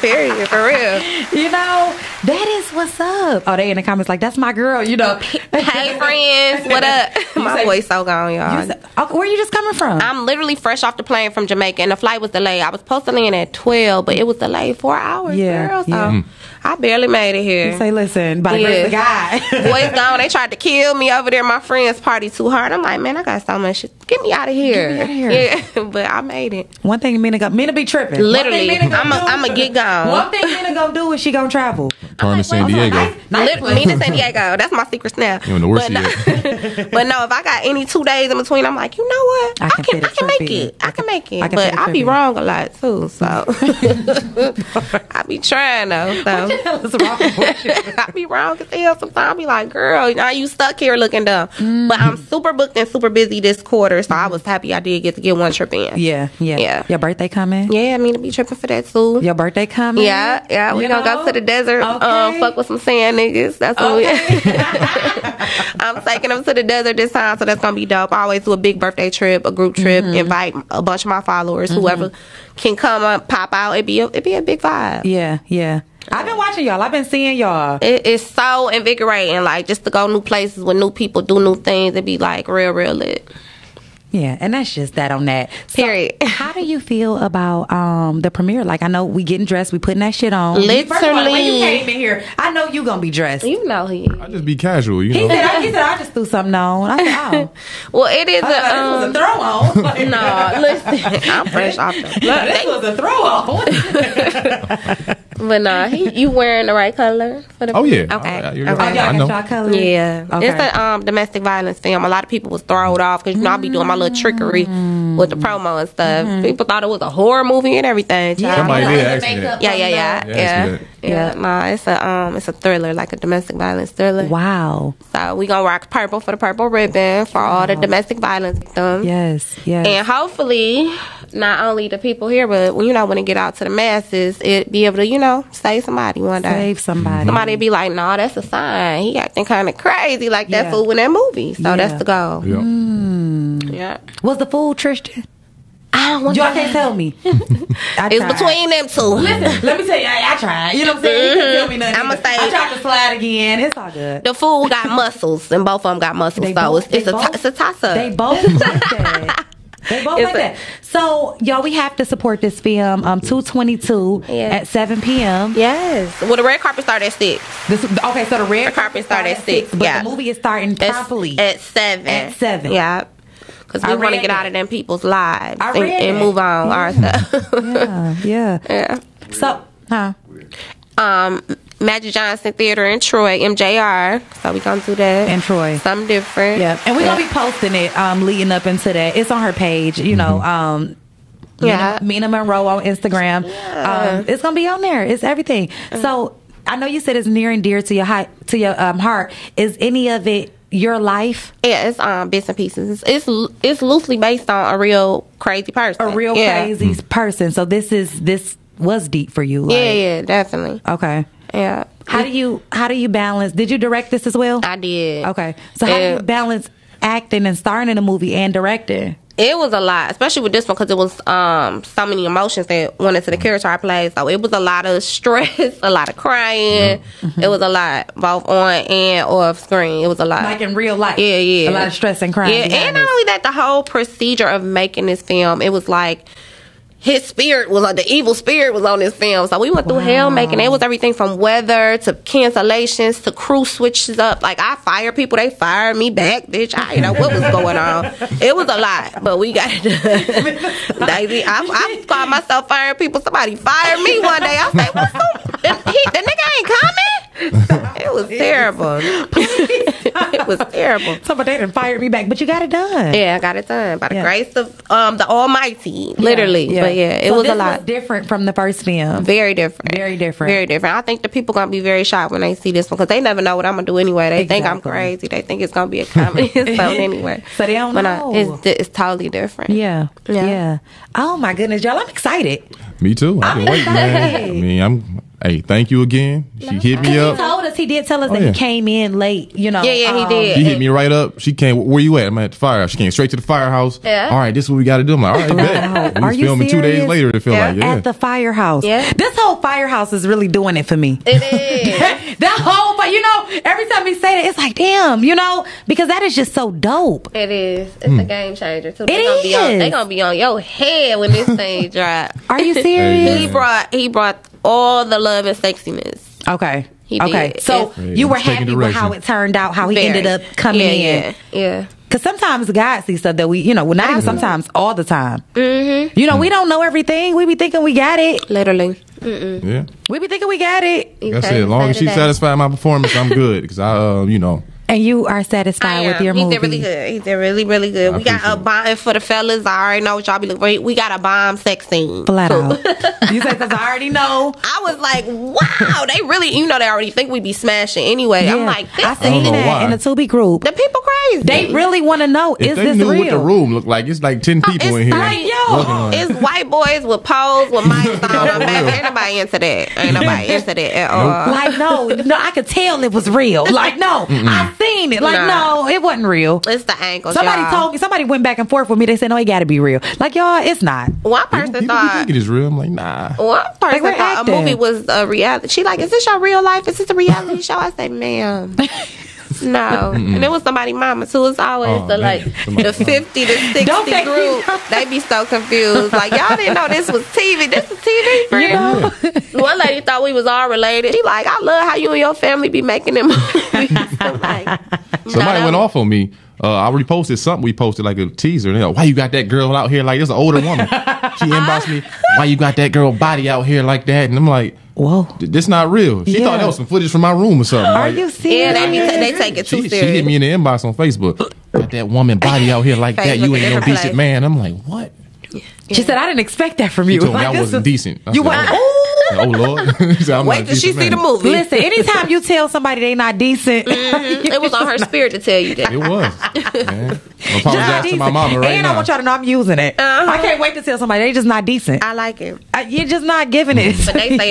C: Period. For real.
A: you know, that is what's up. Oh, they in the comments like, that's my girl, you know.
C: Hey friends, what up?
A: You
C: My
A: say-
C: voice so gone, y'all.
A: You said- okay, Uh, where you just coming from?
C: I'm literally fresh off the plane from Jamaica, and the flight was delayed. I was supposed to land at twelve, but it was delayed four hours.
A: Yeah,
C: girl, so
A: yeah. Mm.
C: I barely made it here.
A: Say, listen, by the grace of God.
C: Boys gone. They tried to kill me over there. My friends party too hard. I'm like, man, I got so much shit. Get me out of here.
A: Get me outta here.
C: Yeah, but I made it.
A: One thing Mina go, Mina be tripping.
C: Literally, I'm a- I'm a get gone.
A: One thing Mina gonna do is she gonna travel.
B: Turn to San Diego.
C: Literally, me to San Diego. That's my secret snap.
B: You in the worst
C: but, no, but no, if I got any two days in between, I'm like, you know what?
A: I
C: I
A: can
C: can,
A: fit
C: I
A: a
C: can
A: trip
C: make
A: in.
C: it. I can make it.
A: I can fit
C: but
A: a
C: I
A: trip
C: be
A: in.
C: wrong a lot too, so I be trying though. So I be wrong as hell. Sometimes I be like, girl, now you stuck here looking dumb. But
A: Mm-hmm.
C: I'm super booked and super busy this quarter, so I was happy I did get to get one trip in.
A: yeah, yeah,
C: Yeah.
A: Your birthday coming?
C: Yeah, I mean to be tripping for that too.
A: Your birthday coming?
C: Yeah, yeah, we
A: You
C: gonna
A: know?
C: go to the desert.
A: Okay.
C: Um, fuck with some sand niggas. That's what we. I'm taking them to the desert this time, so that's gonna be dope. I always do a big birthday trip, a group trip,
A: Mm-hmm.
C: invite a bunch of my followers, whoever can come up, pop out. It be a, it be a big vibe.
A: Yeah, yeah. I've been watching y'all. I've been seeing y'all.
C: It is so invigorating, like just to go new places with new people, do new things. It be like real, real lit.
A: Yeah, and that's just that on that. So,
C: Period.
A: how do you feel about um the premiere? Like I know we getting dressed, we putting that shit on. First of all, when you
C: Literally.
A: came in here, I know you gonna be dressed. He
C: You know he.
B: I just be casual, you know.
A: said, I, he said, I just threw something on. I said, oh,
C: Well, it is
A: I
C: a.
A: thought
C: Um,
A: this was a throw on.
C: no, listen, I'm fresh off the.
A: No, this was a throw on.
C: But nah, he, you wearing the right color for the
B: Oh yeah.
C: Okay.
B: I,
C: Okay.
A: Oh, y'all
B: I
A: got
B: know.
A: y'all color.
C: Yeah,
A: Okay.
C: it's a um, domestic violence film. A lot of people was thrown off because you know I be doing my little trickery with
A: Mm.
C: the promo and stuff.
A: Mm-hmm.
C: People thought it was a horror movie and everything. child.
B: Somebody
A: Yeah.
B: did ask me that.
C: yeah, yeah, yeah,
B: Yeah,
C: yeah,
B: I
C: yeah,
B: see
A: that. Yeah.
C: Nah, it's a um, it's a thriller, like a domestic violence thriller.
A: Wow.
C: So we gonna rock purple for the purple ribbon for all the domestic violence victims.
A: Yes. Yes.
C: And hopefully, not only the people here, but you know, when it get out to the masses, it be able to, you know, save somebody one day.
A: Save somebody.
C: Somebody be like, nah, that's a sign. He acting kind of crazy like that
A: Yeah.
C: fool in that movie. So
A: Yeah.
C: that's the goal.
B: Yeah.
A: Mm.
C: Yeah.
A: Was the fool Tristan?
C: I don't want
A: Y'all can't tell me. I
C: It's
A: tried.
C: between them two.
A: Let me tell you, I, I tried. You know what I'm saying? You couldn't tell me nothing.
C: I'ma say-
A: I tried to slide again. It's all good.
C: The fool got muscles, and both of them got muscles.
A: They
C: so
A: both-
C: it's, it's,
A: they
C: a, t-
A: both-
C: it's a toss up.
A: They both like that. They both
C: It's
A: like
C: a-
A: that. So y'all, we have to support this film. Um, two twenty two
C: Yeah.
A: at seven p.m.
C: Yes. Well, the red carpet started at six.
A: This, okay, so the red
C: The carpet started at six,
A: but
C: yeah.
A: the movie is starting
C: That's
A: properly.
C: at seven.
A: At seven.
C: Yeah. Because
A: I
C: we want to
A: read it.
C: get out of them people's lives
A: I
C: and,
A: read
C: and
A: it.
C: move on ourselves.
A: yeah, yeah.
C: yeah.
A: So, huh?
C: Um, Magic Johnson Theater in Troy, MJR. So we gonna do that.
A: In Troy.
C: Something different.
A: Yeah, and we're gonna be posting it um, leading up into that. It's on her page, you know. Um,
C: Yeah.
A: Mina, Mina Monroe on Instagram.
C: Yeah. Uh-huh.
A: Um, it's gonna be on there. It's everything. So I know you said it's near and dear to your hi- to your um, heart. Is any of it your life?
C: Yeah, it's um bits and pieces. It's it's, it's loosely based on a real crazy person.
A: A real
C: yeah.
A: crazy person. So this is this was deep for you. Like,
C: Yeah, yeah, definitely.
A: Okay.
C: Yeah.
A: How do you how do you balance? Did you direct this as well?
C: I did.
A: Okay. So how do you
C: Yeah.
A: balance acting and starring in a movie and directing?
C: it was a lot, especially with this one because it was um so many emotions that went into the character I played. So it was a lot of stress, a lot of crying.
A: Mm-hmm.
C: It was a lot, both on and off screen. It was a lot,
A: Like in real life.
C: Yeah, yeah,
A: A lot of stress and crying
C: Yeah,
A: behind
C: and not
A: this.
C: only that, the whole procedure of making this film, it was like. His spirit was like the evil spirit was on this film, so we went through hell making. It was everything from weather to cancellations to crew switches up. Like I fired people, they fired me back, bitch. I didn't know what was going on. It was a lot, but we got it done. Daisy, I, I caught myself firing people. Somebody fired me one day. I was like, "What's the, the, he, the nigga ain't coming?" It was terrible. it was terrible.
A: Somebody didn't fired me back, but you got it done.
C: Yeah, I got it done by the
A: Yeah.
C: grace of um the Almighty, literally. But yeah, it
A: So
C: was a
A: this
C: lot.
A: different from the first film.
C: very different.
A: Very different.
C: Very different. I think the people gonna be very shocked when they see this one because they never know what I'm gonna do anyway. They think I'm
A: Exactly.
C: crazy. They think it's gonna be a comedy episode anyway.
A: So they don't
C: but
A: know.
C: I, it's it's totally different.
A: Yeah, yeah,
C: Yeah.
A: Oh my goodness, y'all! I'm excited.
B: Me too. I've been waiting, man. I
A: excited.
B: mean, I'm. Hey, thank you again. She hit me
A: He
B: up.
A: told us. He did tell us
B: Oh,
A: that
B: yeah.
A: he came in late. You know.
C: Yeah, yeah, he
A: um,
C: did.
B: She hit me right up. She came. Where you at? I'm at the firehouse. She came straight to the firehouse.
C: Yeah.
B: All right, this is what we got to do. I'm like, all right, bet. We
A: Are
B: was
A: you
B: filming two days
A: serious?
B: later. It felt
C: Yeah.
B: like yeah.
A: At the firehouse.
C: Yeah.
A: This whole firehouse is really doing it for me.
C: It is.
A: that whole, but you know, every time we say that, it's like, damn, you know, because that is just so dope.
C: It is. It's a game changer too.
A: It
C: They gonna be on
A: is.
C: they gonna be on your head when this thing drop.
A: Are you
B: Amen.
A: serious?
C: He brought he brought all the love and sexiness.
A: Okay.
C: He
A: okay.
C: did.
A: So
B: Yeah,
A: you were
B: it's taking
A: happy with
B: direction.
A: how it turned out, how he
C: Very.
A: ended up coming
C: yeah,
A: in.
C: Yeah. yeah.
A: Because sometimes God sees stuff that we, you know, well, not even sometimes, all the time. Mm-hmm. You know, we don't know everything. We be thinking we got it.
C: Literally.
B: yeah.
A: We be thinking we got it.
C: You
B: Like I
C: can't
B: said, as long
C: say
B: as she's
C: today.
B: satisfied with my performance, I'm good. Because I, uh, you know,
A: And you are
C: I
A: satisfied with
C: am.
A: your
C: he
A: movie.
C: did really good. He did really, really good.
B: I
C: we got a
B: appreciate it.
C: bomb for the fellas. I already know what y'all be looking for. We got a bomb sex scene.
A: Flat out. you say, because I already know.
C: I was like, wow, they really, you know, they already think we be smashing anyway.
A: Yeah.
C: I'm like, this
A: I
C: is
A: seen
B: know
A: that
B: why.
A: in the 2B group.
C: the people crazy.
A: They really want to know,
B: if
A: is
B: they
A: this
B: knew
A: real? Oh,
B: what the room looked like, it's like ten people in here.
C: like,
A: yo.
B: working on it.
C: It's white boys with poles with mics on. I'm back.
B: real.
C: Ain't nobody into that. Ain't nobody into that at all.
A: Like, no, no, I could tell it was real. Like, no, I seen it. Like,
C: Nah.
A: no, it wasn't real.
C: It's the ankles.
A: Somebody
C: y'all.
A: told me, somebody went back and forth with me. They said, no, it got to be real. Like, y'all, it's not.
C: One
B: People,
C: person
B: people be
C: thought.
B: thinking it's real. I'm like, nah.
A: Oh,
C: One person
A: we're
C: thought a movie
A: acting.
C: was a reality. She like, is this your real life? Is this a reality show? I say, ma'am. No, and it was somebody mama too. It's always
B: Oh,
C: the
B: man.
C: like
B: Somebody
C: the
B: mama.
C: fifty to sixty
A: Don't they-
C: group. They be so confused. Like y'all didn't know this was TV. This is TV. For
A: know?
C: One lady thought we was all related. She like, I love how you and your family be making them movies. I'm like,
B: Somebody
C: nah,
B: went off on me. Uh, I reposted something. We posted like a teaser. And they're like, why you got that girl out here like this? An older woman. she inboxed me. Why you got that girl body out here like that? And I'm like,
A: Whoa.
B: "Th- this not real. She
A: Yeah.
B: thought that was some footage from my room or something.
A: Are
B: Like,
A: you
C: Yeah,
A: serious?
C: they, be they take it too
B: She, she
C: serious.
B: hit me in the inbox on Facebook. Got that woman body out here like that. You ain't
C: Facebook,
B: no
C: different
B: decent
C: place.
B: man. I'm like, what?
A: She said, I didn't expect that from you.
B: She told me
A: Like,
B: I
A: this
B: wasn't
A: is-
B: decent. I
A: You
B: said,
A: went,
B: oh,
A: ooh.
B: oh, Lord. So I'm not a
C: Wait till she
B: decent
C: see the
B: man.
C: movie.
A: Listen, anytime you tell somebody they not
C: Mm.
A: decent,
C: it was on her spirit to tell you that.
B: It was. Man. I
A: just not
B: apologize to my
A: decent.
B: mama right
A: and
B: now.
A: I want y'all to know I'm using it.
C: Uh-huh.
A: I can't wait to tell somebody they just not decent.
C: I like it.
A: I, you're just not giving it.
C: But they say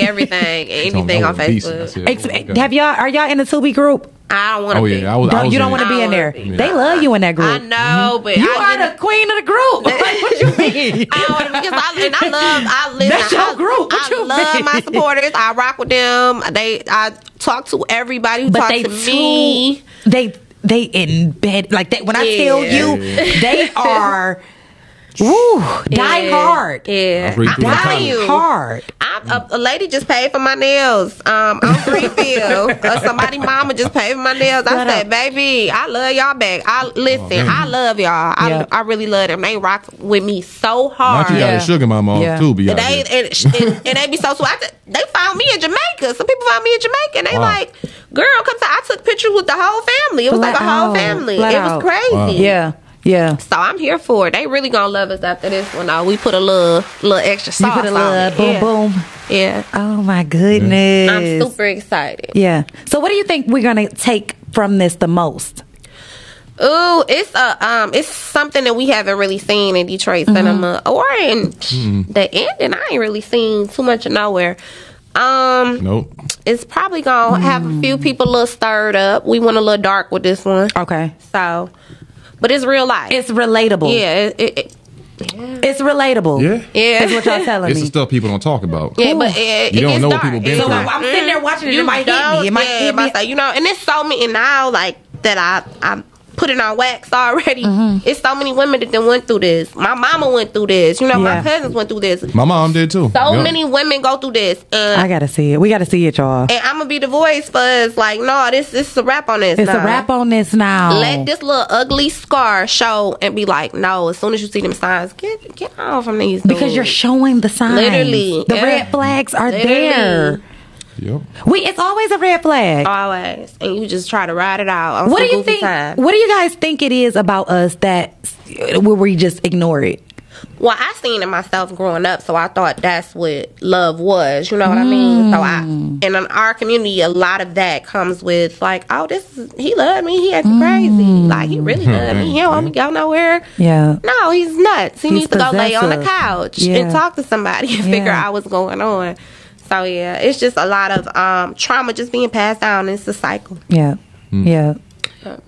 B: Told
C: everything,
B: me I
C: anything on
B: wasn't decent. I
C: Facebook.
B: said,
A: Ex-
B: oh, my God.
A: Have y'all? Are y'all in the Tubi group?
C: I don't want to.
B: Oh
C: be.
B: yeah, I was. I
A: Don't-
B: was
A: you
B: in
A: don't want
B: it.
A: to be in there. They love you in that group.
C: I know, but
A: Mm-hmm. You
C: I
A: are
C: didn't-
A: the queen of the group. Like, what you mean?
C: I don't wanna be- 'cause I, and I love, I listen.
A: That's your
C: I,
A: group. What
C: I
A: you
C: love
A: mean?
C: my supporters. I rock with them. They, I talk to everybody who
A: but
C: talks
A: they
C: to me.
A: too- They they in bed like that. When I tell
C: Yeah.
A: you, they are Ooh, die
C: Yeah.
A: hard.
C: Yeah.
B: I'll read through
C: I'm
B: the
C: telling
B: comments.
C: you.
A: Hard.
C: I, a, a lady just paid for my nails um, on Greenfield. uh, somebody mama just paid for my nails. I
A: Shut
C: said,
A: up.
C: baby, I love y'all back.
A: Oh,
C: I listen.
B: man.
C: I love y'all. I,
A: Yeah.
C: I really love them. They rock with me so
B: Not
C: hard.
B: you got
A: Yeah.
B: a sugar mama
A: Yeah.
B: yeah. too, be out
C: They
B: here.
C: and, and, and they be so sweet. I just- they found me in Jamaica. Some people found me in Jamaica, and they
B: Wow.
C: like, "Girl, come to." I took pictures with the whole family. It was like a
A: Flat
C: whole
A: out.
C: family.
A: Flat
C: it was
A: out.
C: crazy.
B: Wow.
A: Yeah. Yeah.
C: So I'm here for it. They really gonna love us after this one. Though we put a little, little extra
A: You
C: sauce.
A: put a
C: on
A: little
C: it.
A: boom
C: yeah.
A: boom.
C: Yeah.
A: Oh my goodness.
C: I'm super excited.
A: Yeah. So what do you think we're gonna take from this the most?
C: Ooh, it's a um, it's something that we haven't really seen in Detroit
A: Mm-hmm.
C: cinema or in
B: Mm-hmm.
C: the ending. I ain't really seen too much of nowhere. Um,
B: Nope.
C: it's probably gonna have a
B: Hmm.
C: few people a little stirred up. We went a little dark with this one,
A: Okay.
C: so but it's real life.
A: It's relatable.
C: yeah, it, it, it- yeah,
A: It's relatable.
B: Yeah.
C: yeah.
A: That's what y'all telling
B: It's
A: me.
B: the stuff people don't talk about.
C: Yeah, but it,
B: You
C: it
B: don't
C: gets
B: know what
C: dark.
B: people been
C: It's
B: through.
C: like,
A: I'm sitting there watching it, it
C: you
A: might hit me.
C: don't-
A: It might
C: yeah,
A: hit me.
C: about that, you know, and it's so many now, like that. I I'm putting on wax already.
B: Mm-hmm.
C: It's so many women that done went through this. My mama went through this. You know,
A: Yeah.
C: my cousins went through this. So
B: My mom did too. Yeah.
C: many women go through this, and,
A: I gotta see it. We gotta see it, y'all.
C: and I'm gonna be the voice for us. Like, no, this this is a wrap on this.
A: It's
C: nah.
A: a wrap on this now.
C: Let this little ugly scar show and be like, no. As soon as you see them signs, get get on from these
A: because you're
C: dudes.
A: showing the signs.
C: Literally,
A: the
C: yeah.
A: red flags are
C: Literally.
A: there.
B: Yep.
A: We it's always a red flag.
C: always, and you just try to ride it out. on
A: what do
C: some
A: you
C: goofy
A: think?
C: time.
A: What do you guys think it is about us that where we just ignore it?
C: Well, I seen it myself growing up, so I thought that's what love was. You know what I mean? So I,
A: Mm.
C: and in our community, a lot of that comes with like, oh, this is, he loved me. He acting crazy.
A: Mm.
C: Like he really loved me. He don't want me to go nowhere.
A: Yeah.
C: No, he's nuts. He
A: He's
C: needs to go lay on the
A: possessive.
C: couch
A: Yeah.
C: and talk to somebody and figure
A: Yeah.
C: out what's going on. So yeah, it's just a lot of um, trauma just being passed down. It's a cycle.
A: Yeah. Yeah.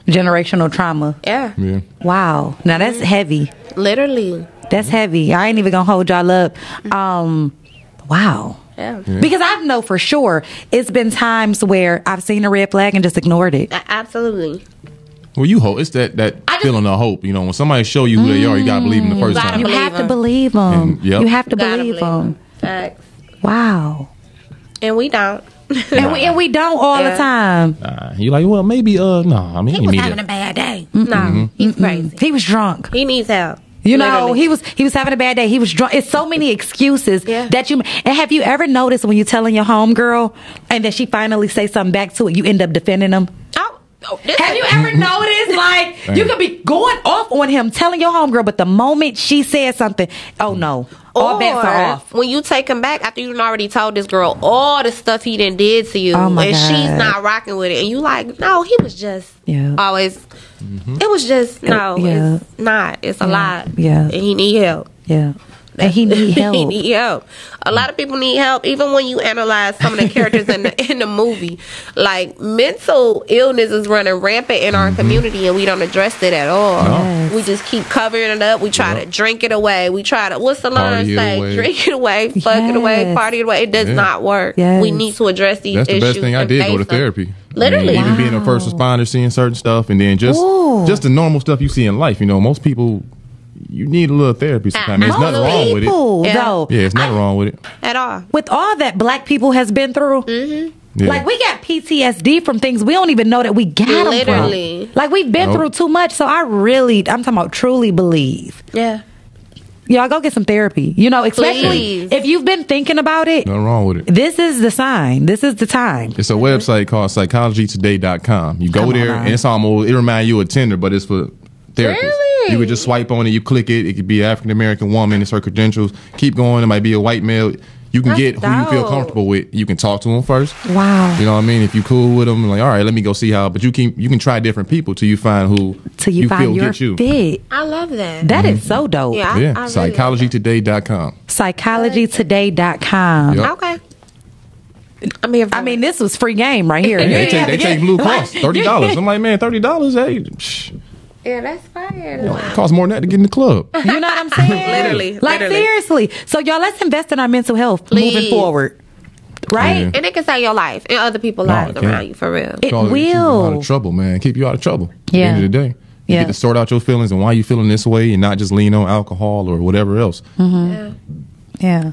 A: Generational trauma.
C: Yeah,
B: Yeah.
A: Wow. Now
C: Mm-hmm.
A: that's heavy.
C: literally.
A: That's heavy. I ain't even gonna hold y'all up. Um, wow.
C: Mm-hmm. Yeah.
A: Because I know for sure it's been times where I've seen a red flag and just ignored it.
C: A- Absolutely.
B: Well, you hope it's that that
A: just-
B: feeling of hope. You know, when somebody show you who they are, you gotta believe them the first
C: gotta
B: time.
A: You have to
C: them.
A: believe them.
B: And- yep.
A: You have to
C: Gotta
A: believe them.
C: Facts.
A: Wow.
C: And we don't.
A: And we, and we don't all the
C: Yeah.
A: time.
B: Nah, you like, well, maybe, uh, no, I mean, you need it.
C: bad day. No, he's crazy.
A: He was drunk.
C: He needs help.
A: You know,
C: Literally.
A: he was he was having a bad day. He was drunk. It's so many excuses
C: Yeah.
A: that you and have you ever noticed when you're telling your homegirl and then she finally say something back to it, you end up defending them?
C: Oh, oh, this
A: Have you ever noticed like you could be going off on him, telling your homegirl, but the moment she said something, oh no, all bets
C: Or
A: are off.
C: When you take him back after you done already told this girl all the stuff he done did to you,
A: Oh, my
C: and
A: God.
C: she's not rocking with it, and you like, no, he was just
A: Yeah.
C: always. It was just no,
A: yeah.
C: it's not. It's a lie.
A: Yeah.
C: and he need help.
A: Yeah, and he need
C: he
A: help.
C: need help. A lot of people need help, even when you analyze some of the characters in the in the movie. Like mental illness is running rampant in our community, and we don't address it at all.
B: Mm-hmm. No.
A: Yes.
C: We just keep covering it up. We try
B: Yep.
C: to drink it away. We try to what's the line
B: Party it
C: say?
B: away.
C: Drink it away, fuck it away,
A: Yes.
C: party it away. It does
B: Yeah.
C: not work.
A: Yes.
C: We need to address these.
B: That's the best
C: issues
B: thing I
C: and
B: did.
C: face
B: Go to
C: them.
B: therapy.
C: Literally.
B: I mean, even being a first responder, seeing certain stuff, and then just
A: Ooh.
B: just the normal stuff you see in life. You know, most people you need a little therapy sometimes. There's nothing
A: Most
B: wrong with it.
A: people,
C: Yeah.
A: though,
B: Yeah, it's nothing wrong with it.
C: At all.
A: with all that black people has been through,
B: Yeah.
A: like we got PTSD from things we don't even know that we got 'em
C: Literally.
A: from. Like we've been
B: Nope.
A: through too much, so I really, I'm talking about truly believe.
C: Yeah.
A: Y'all go get some therapy. You know, especially
C: Please.
A: if you've been thinking about it.
B: nothing wrong with it.
A: This is the sign. This is the time.
B: It's a website called psychologytoday.com. You go
A: Mm-hmm. Come on
B: there
A: now.
B: and it's almost it reminds you of Tinder, but it's for therapists.
C: Really?
B: You would just swipe on it, you click it. It could be an African American woman. It's her credentials. Keep going. It might be a white male. You can
C: That's
B: get who you feel
C: dope.
B: comfortable with. You can talk to them first.
A: Wow.
B: You know what I mean? If you cool with them, like all right, let me go see how. But you can you can try different people till you find who
A: Till you, find
B: feel
A: your
B: get you.
A: fit.
C: I love that.
A: That is so dope.
C: Mm-hmm. yeah.
B: Yeah,
C: I, I really love that.
B: psychologytoday.com.
A: Psychologytoday.com.
B: Yep.
C: Okay. I'm here for
A: I
C: it.
A: mean, this was free game right here. You
B: They
A: didn't
B: take
A: have
B: they
A: to
B: take
A: get-
B: Blue
A: like-
B: Cross thirty dollars. I'm like man, thirty dollars. Hey, psh, you
C: yeah, that's fire.
B: know, it costs more than that to get in the club.
A: You know what I'm saying?
C: Literally,
A: Like,
C: literally.
A: seriously. So, y'all, let's invest in our mental health moving
C: Please.
A: forward. Right?
C: And it can save your life and other people's
B: No,
C: lives
B: it can.
C: around you for real.
A: It
B: Call it to keep you out
A: will.
B: of trouble, man. Keep you out of trouble. At
A: Yeah.
B: the end of the day. You
A: Yeah.
B: get to sort out your feelings and why you feeling this way, and not just lean on alcohol or whatever else.
A: Mm-hmm.
C: Yeah.
A: Yeah.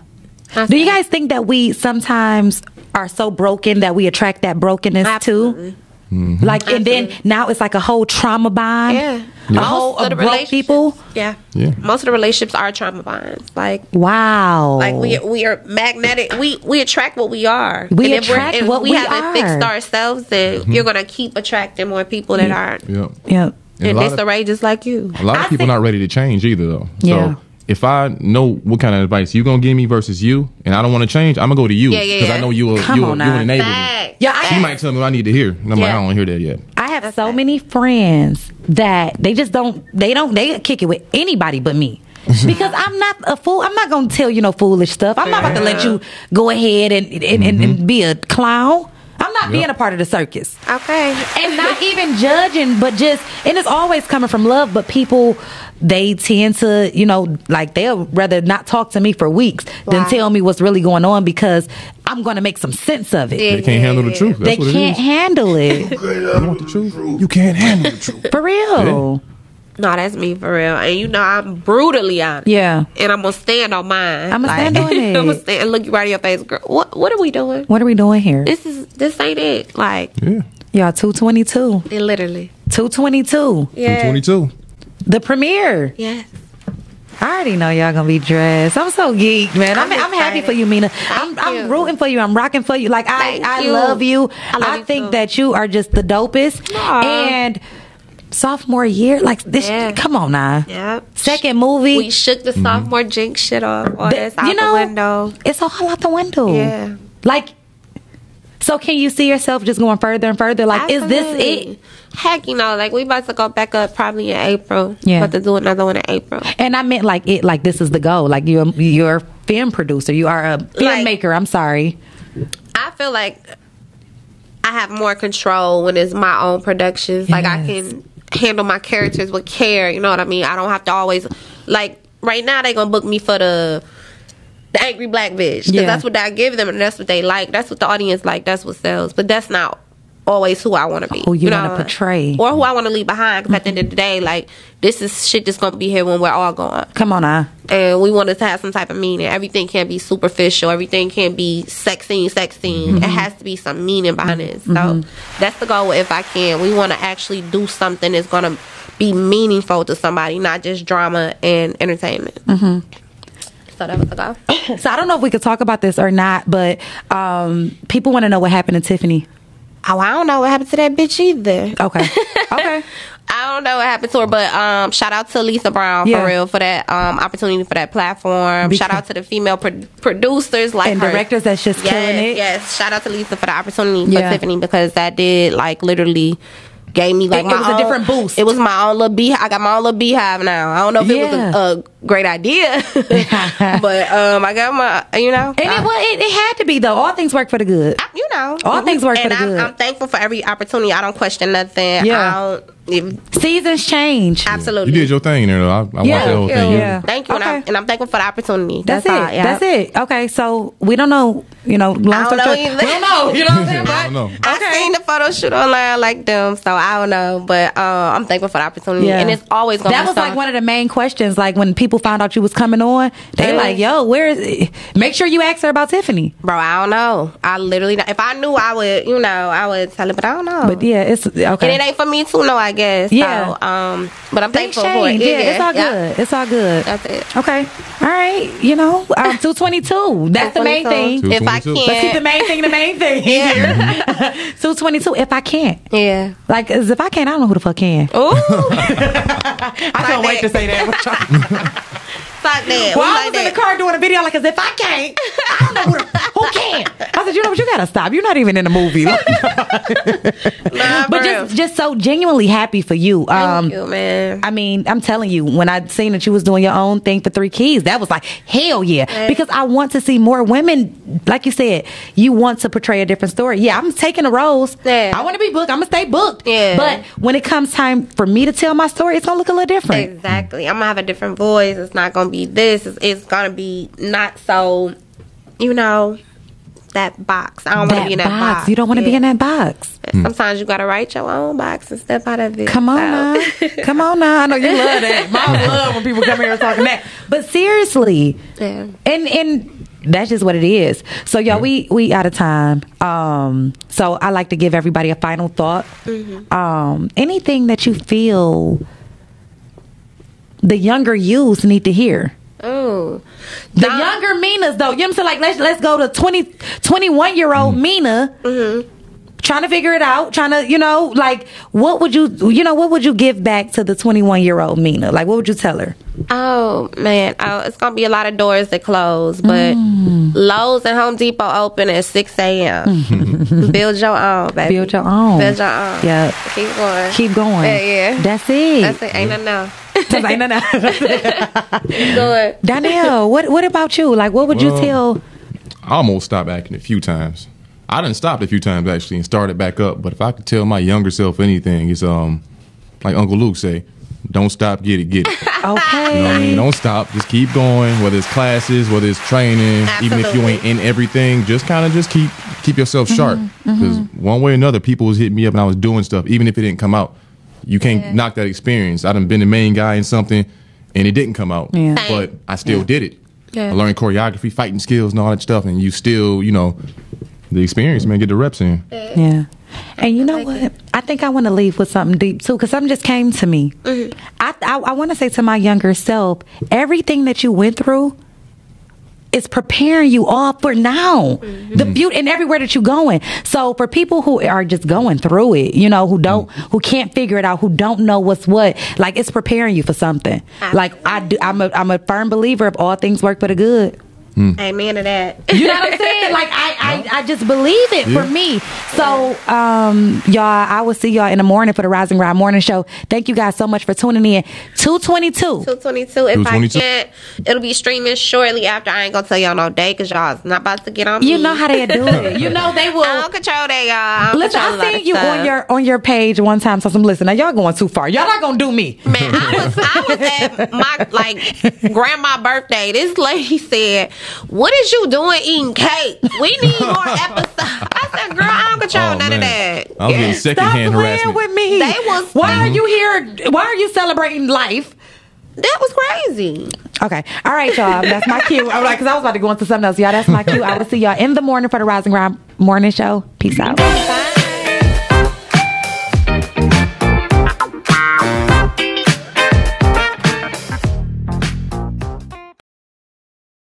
C: I
A: Do you
C: see.
A: guys think that we sometimes are so broken that we attract that brokenness
C: Absolutely.
A: too? Like and then now it's like a whole trauma bond.
C: Yeah.
A: A whole of broke
C: relationships-
A: people.
C: Yeah.
B: Yeah.
C: Most of the relationships are trauma bonds. Like
A: Wow.
C: like we we are magnetic. We we attract what we are.
A: We
C: if we're-
A: attract
C: if
A: what
C: we
A: we
C: haven't
A: are. Mm-hmm.
C: fixed ourselves, then you're gonna keep attracting more people that aren't
B: Yeah.
A: yeah.
C: and
B: a lot of-
C: disarray just like you.
B: A lot of
A: I
B: people
A: think-
B: not ready to change either, though.
A: Yeah.
B: So if I know what kind of advice you gonna give me versus you, and I don't want to change, I'm gonna go to you
C: Yeah, yeah,
B: I
C: yeah.
B: know you will
A: Come
B: you will
A: on
B: you will
A: now.
B: enable me.
C: Facts.
A: Yeah, I-
B: She might tell me what I need to hear, and I'm like,
C: Yeah.
B: I don't hear that yet.
A: I have so many friends that they just don't they don't they kick it with anybody but me. because I'm not a fool. I'm not gonna tell you no foolish stuff. I'm not about to let you go ahead and and, and, and be a clown. I'm not being a part of the circus.
C: Okay.
A: and not even judging, but just and it's always coming from love. But people they tend to, you know, like they'll rather not talk to me for weeks than
C: Wow.
A: tell me what's really going on because I'm going to make some sense of it.
B: They can't handle the truth. That's
A: they
B: what
A: can't
B: it is.
A: handle it
B: You want the truth? You can't handle the truth.
A: for real.
C: No, that's me for real. And you know I'm brutally honest.
A: Yeah.
C: And I'm gonna stand on mine.
A: I'ma stand on it.
C: I'm gonna stand and look you right in your face, girl. What what are we doing?
A: What are we doing here?
C: This is this ain't it. Like
B: Yeah.
A: Y'all, two twenty two,
C: it literally.
A: two twenty two,
C: Yeah.
B: 22.
A: the premiere.
C: Yes.
A: I already know y'all gonna be dressed. I'm so geeked, man. I'm,
C: I'm
A: I'm happy
C: excited.
A: for you, Mina. I'm,
C: Thank
A: I'm
C: you.
A: rooting for you. I'm rocking for you. Like I,
C: Thank
A: I
C: you.
A: love you.
C: I love
A: I
C: you
A: think
C: too.
A: that you are just the dopest.
C: Aw.
A: And sophomore year, like this.
C: Yeah.
A: Come on now.
C: Yeah.
A: Second
C: We
A: movie.
C: shook the sophomore jinx shit off. All
A: th-
C: that's out the window.
A: it's all out the window.
C: Yeah.
A: Like, so can you see yourself just going further and further? Like, is this
C: Absolutely.
A: it?
C: Heck, you know, like we about to go back up probably in April.
A: Yeah.
C: About to do another one in April.
A: And I meant like it. Like this is the goal. Like you're you're a film producer. You are a filmmaker. I'm sorry.
C: I feel like I have more control when it's my own productions. Like I
A: Yes.
C: can handle my characters with care. You know what I mean? I don't have to always like right now they gonna book me for the the angry black bitch because
A: Yeah.
C: that's what I give them and that's what they like. That's what the audience like. That's what sells. But that's not always who I want to be.
A: Who you wanna
C: know?
A: portray.
C: or who I want to leave behind. Because at the end of the day, like this is shit that's gonna be here when we're all gone
A: Come on, I.
C: and we want it to have some type of meaning. Everything can't be superficial. Everything can't be sex scene, sex scene. It has to be some meaning behind it. So that's the goal. If I can, we want to actually do something that's gonna be meaningful to somebody, not just drama and entertainment. So that was the goal.
A: So I don't know if we could talk about this or not, but um, people want to know what happened to Tiffany.
C: Oh, I don't know what happened to that bitch either.
A: Okay. okay.
C: I don't know what happened to her, but um, shout out to Lisa Brown
A: Yeah.
C: for real for that um, opportunity for that platform.
A: Because-
C: shout out to the female pro- producers like
A: And
C: her.
A: directors that's just
C: yes,
A: killing it.
C: Yes, shout out to Lisa for the opportunity
A: Yeah.
C: for Tiffany because that did like literally gave me like
A: It- it
C: my
A: was a
C: own-
A: different boost.
C: It was my own little beehive. I got my own little beehive now. I don't know if
A: Yeah.
C: it was a, a great idea, but um, I got my you know
A: And
C: I-
A: it, well, it, it had to be though. All things work for the good.
C: I- you know,
A: All things work for
C: and
A: the
C: I'm,
A: good.
C: I'm thankful for every opportunity. I don't question nothing.
A: Yeah.
C: I don't, if,
A: Seasons change.
C: absolutely.
B: You did your thing there, though. I, I watched
A: Yeah.
B: that whole
A: Yeah.
B: thing. You-
A: Yeah.
C: Thank you, and, I'm,
A: Okay.
C: and I'm thankful for the opportunity.
A: That's,
C: all,
A: it.
C: yeah.
A: That's it. Okay. So we don't know. You know, long
C: I
A: story
C: don't know
A: short,
C: either.
A: we don't know. You know what I'm saying?
B: I don't know.
A: Okay.
C: I seen the photo shoot online like them, so I don't know, but uh, I'm thankful for the opportunity, and it's always gonna
A: that
C: be
A: was
C: something.
A: like one of the main questions. Like when people found out you was coming on, they
C: Yeah.
A: like, "Yo, where is? Make sure you ask her about Tiffany."
C: Bro, I don't know. I literally, don't- if I knew, I would, you know, I would tell it, but I don't know.
A: But yeah, it's
C: and
A: okay.
C: it ain't for me to know, I guess.
A: Yeah.
C: So, um, but I'm
A: Things
C: thankful for it.
A: change. Yeah, it's all
C: yeah.
A: good. It's all good.
C: That's it.
A: Okay. All right. You know, um, 222. That's the main thing.
C: If I
B: 222.
C: can't,
A: Let's keep the main thing the main thing. 222. If I can't.
C: yeah.
A: Like, 'cause if I can't, I don't know who the fuck can.
C: Ooh, fuck
A: I can't
C: that.
A: wait to say that.
C: that.
A: Well,
C: we
A: I
C: like
A: was in
C: that.
A: the car doing a video, like, 'Cause if I can't, I don't know who, the, who can. I said, you know what? You gotta stop. You're not even in the movie.
C: Nah,
A: but
C: for
A: just,
C: real.
A: just so genuinely happy for you. Um,
C: thank you, man.
A: I mean, I'm telling you, when I seen that you was doing your own thing for three keys, that was like, hell yeah.
C: Right.
A: Because I want to see more women, like you said, you want to portray a different story. Yeah, I'm taking the roles.
C: Yeah.
A: I want to be booked. I'm going to stay booked.
C: Yeah.
A: But when it comes time for me to tell my story, it's going to look a little different.
C: Exactly. I'm gonna have a different voice. It's not gonna be this. It's, it's gonna be not so, you know, that box. I don't want to
A: That
C: be in that box.
A: You don't want to be
C: Yeah.
A: in that box.
C: Sometimes you gotta write your own box and step out of it.
A: Come on now.
C: So-
A: Come on now. I know you love that. Mom love when people come here talking that. But seriously.
C: Yeah.
A: And and that's just what it is. So y'all, we we out of time. Um so I like to give everybody a final thought.
C: Mm-hmm.
A: Um anything that you feel the younger youths need to hear.
C: Ooh.
A: The
C: Nah.
A: younger Minas though, you know what I'm saying? Like let's let's go to 20 21 year
C: Mm-hmm.
A: old Mina trying to figure it out, trying to, you know, like what would you you know, what would you give back to the 21 year old Mina? Like what would you tell her?
C: Oh man, oh, it's gonna be a lot of doors that close, but
A: Mm.
C: Lowe's and Home Depot open at six a.m. Build your own, baby.
A: Build your own.
C: Build your own.
A: Yep.
C: Keep going.
A: Keep going.
C: Yeah, yeah.
A: That's it.
C: That's it. Ain't nothing else.
A: That's ain't nothing.
C: Keep going.
A: Danielle, what what about you? Like what would you
B: Well-
A: tell
B: I almost stopped acting a few times. I done stopped a few times actually and started back up. But if I could tell my younger self anything, it's um like Uncle Luke say, don't stop, get it, get it. You know what I
A: Okay.
B: mean? Don't stop. Just keep going. Whether it's classes, whether it's training, even if you
C: Absolutely.
B: ain't in everything, just kind of just keep keep yourself
A: Mm-hmm.
B: sharp. Because one way or another, people was hitting me up and I was doing stuff, even if it didn't come out. You can't knock that experience. I done been the main guy in something, and it didn't come out.
A: Yeah.
C: Same.
B: But I still did it.
C: Yeah.
B: I learned choreography, fighting skills, and all that stuff, and you still, you know, the experience, man. Get the reps in.
A: Yeah. And you know what? I think I want to leave with something deep too, because something just came to me. I I, I want to say to my younger self, everything that you went through is preparing you all for now. The beauty and everywhere that you're going. So for people who are just going through it, you know, who don't, who can't figure it out, who don't know what's what, like it's preparing you for something. Like I do, I'm a I'm a firm believer of all things work for the good.
C: Amen to that.
A: You know what I'm saying? Like I, I, I just believe it
B: Yeah.
A: for me. So um, y'all, I will see y'all in the morning for the Rising Ground Morning Show. Thank you guys so much for tuning in. Two twenty two.
C: 222. If I
B: 222.
C: can't, it'll be streaming shortly after. I ain't gonna tell y'all no day because y'all is not about to get on.
A: You
C: me.
A: know how they do it. You know they
C: I
A: will.
C: don't control that, y'all. I don't
A: Listen,
C: control
A: I
C: a lot
A: seen
C: of
A: you
C: stuff.
A: on your on your page one time. So some listen, now y'all going too far. Y'all not gonna do me.
B: Mm.
C: Man, I was I was at my like grandma birthday. This lady said, "What is you doing eating cake? We need more episodes." I said, "Girl, I don't control
B: Oh,
C: none
B: man.
C: of that."
B: I was
C: Yeah.
B: getting
A: Stop
B: secondhand
A: playing
B: harassment.
A: with me.
C: They was-
A: why are you here? Why are you celebrating life?
C: That was crazy.
A: Okay. All right, y'all. That's my cue. All right, because I was about to go into something else. Y'all, that's my cue. I will see y'all in the morning for the Rising Ground Morning Show. Peace out.
C: Bye.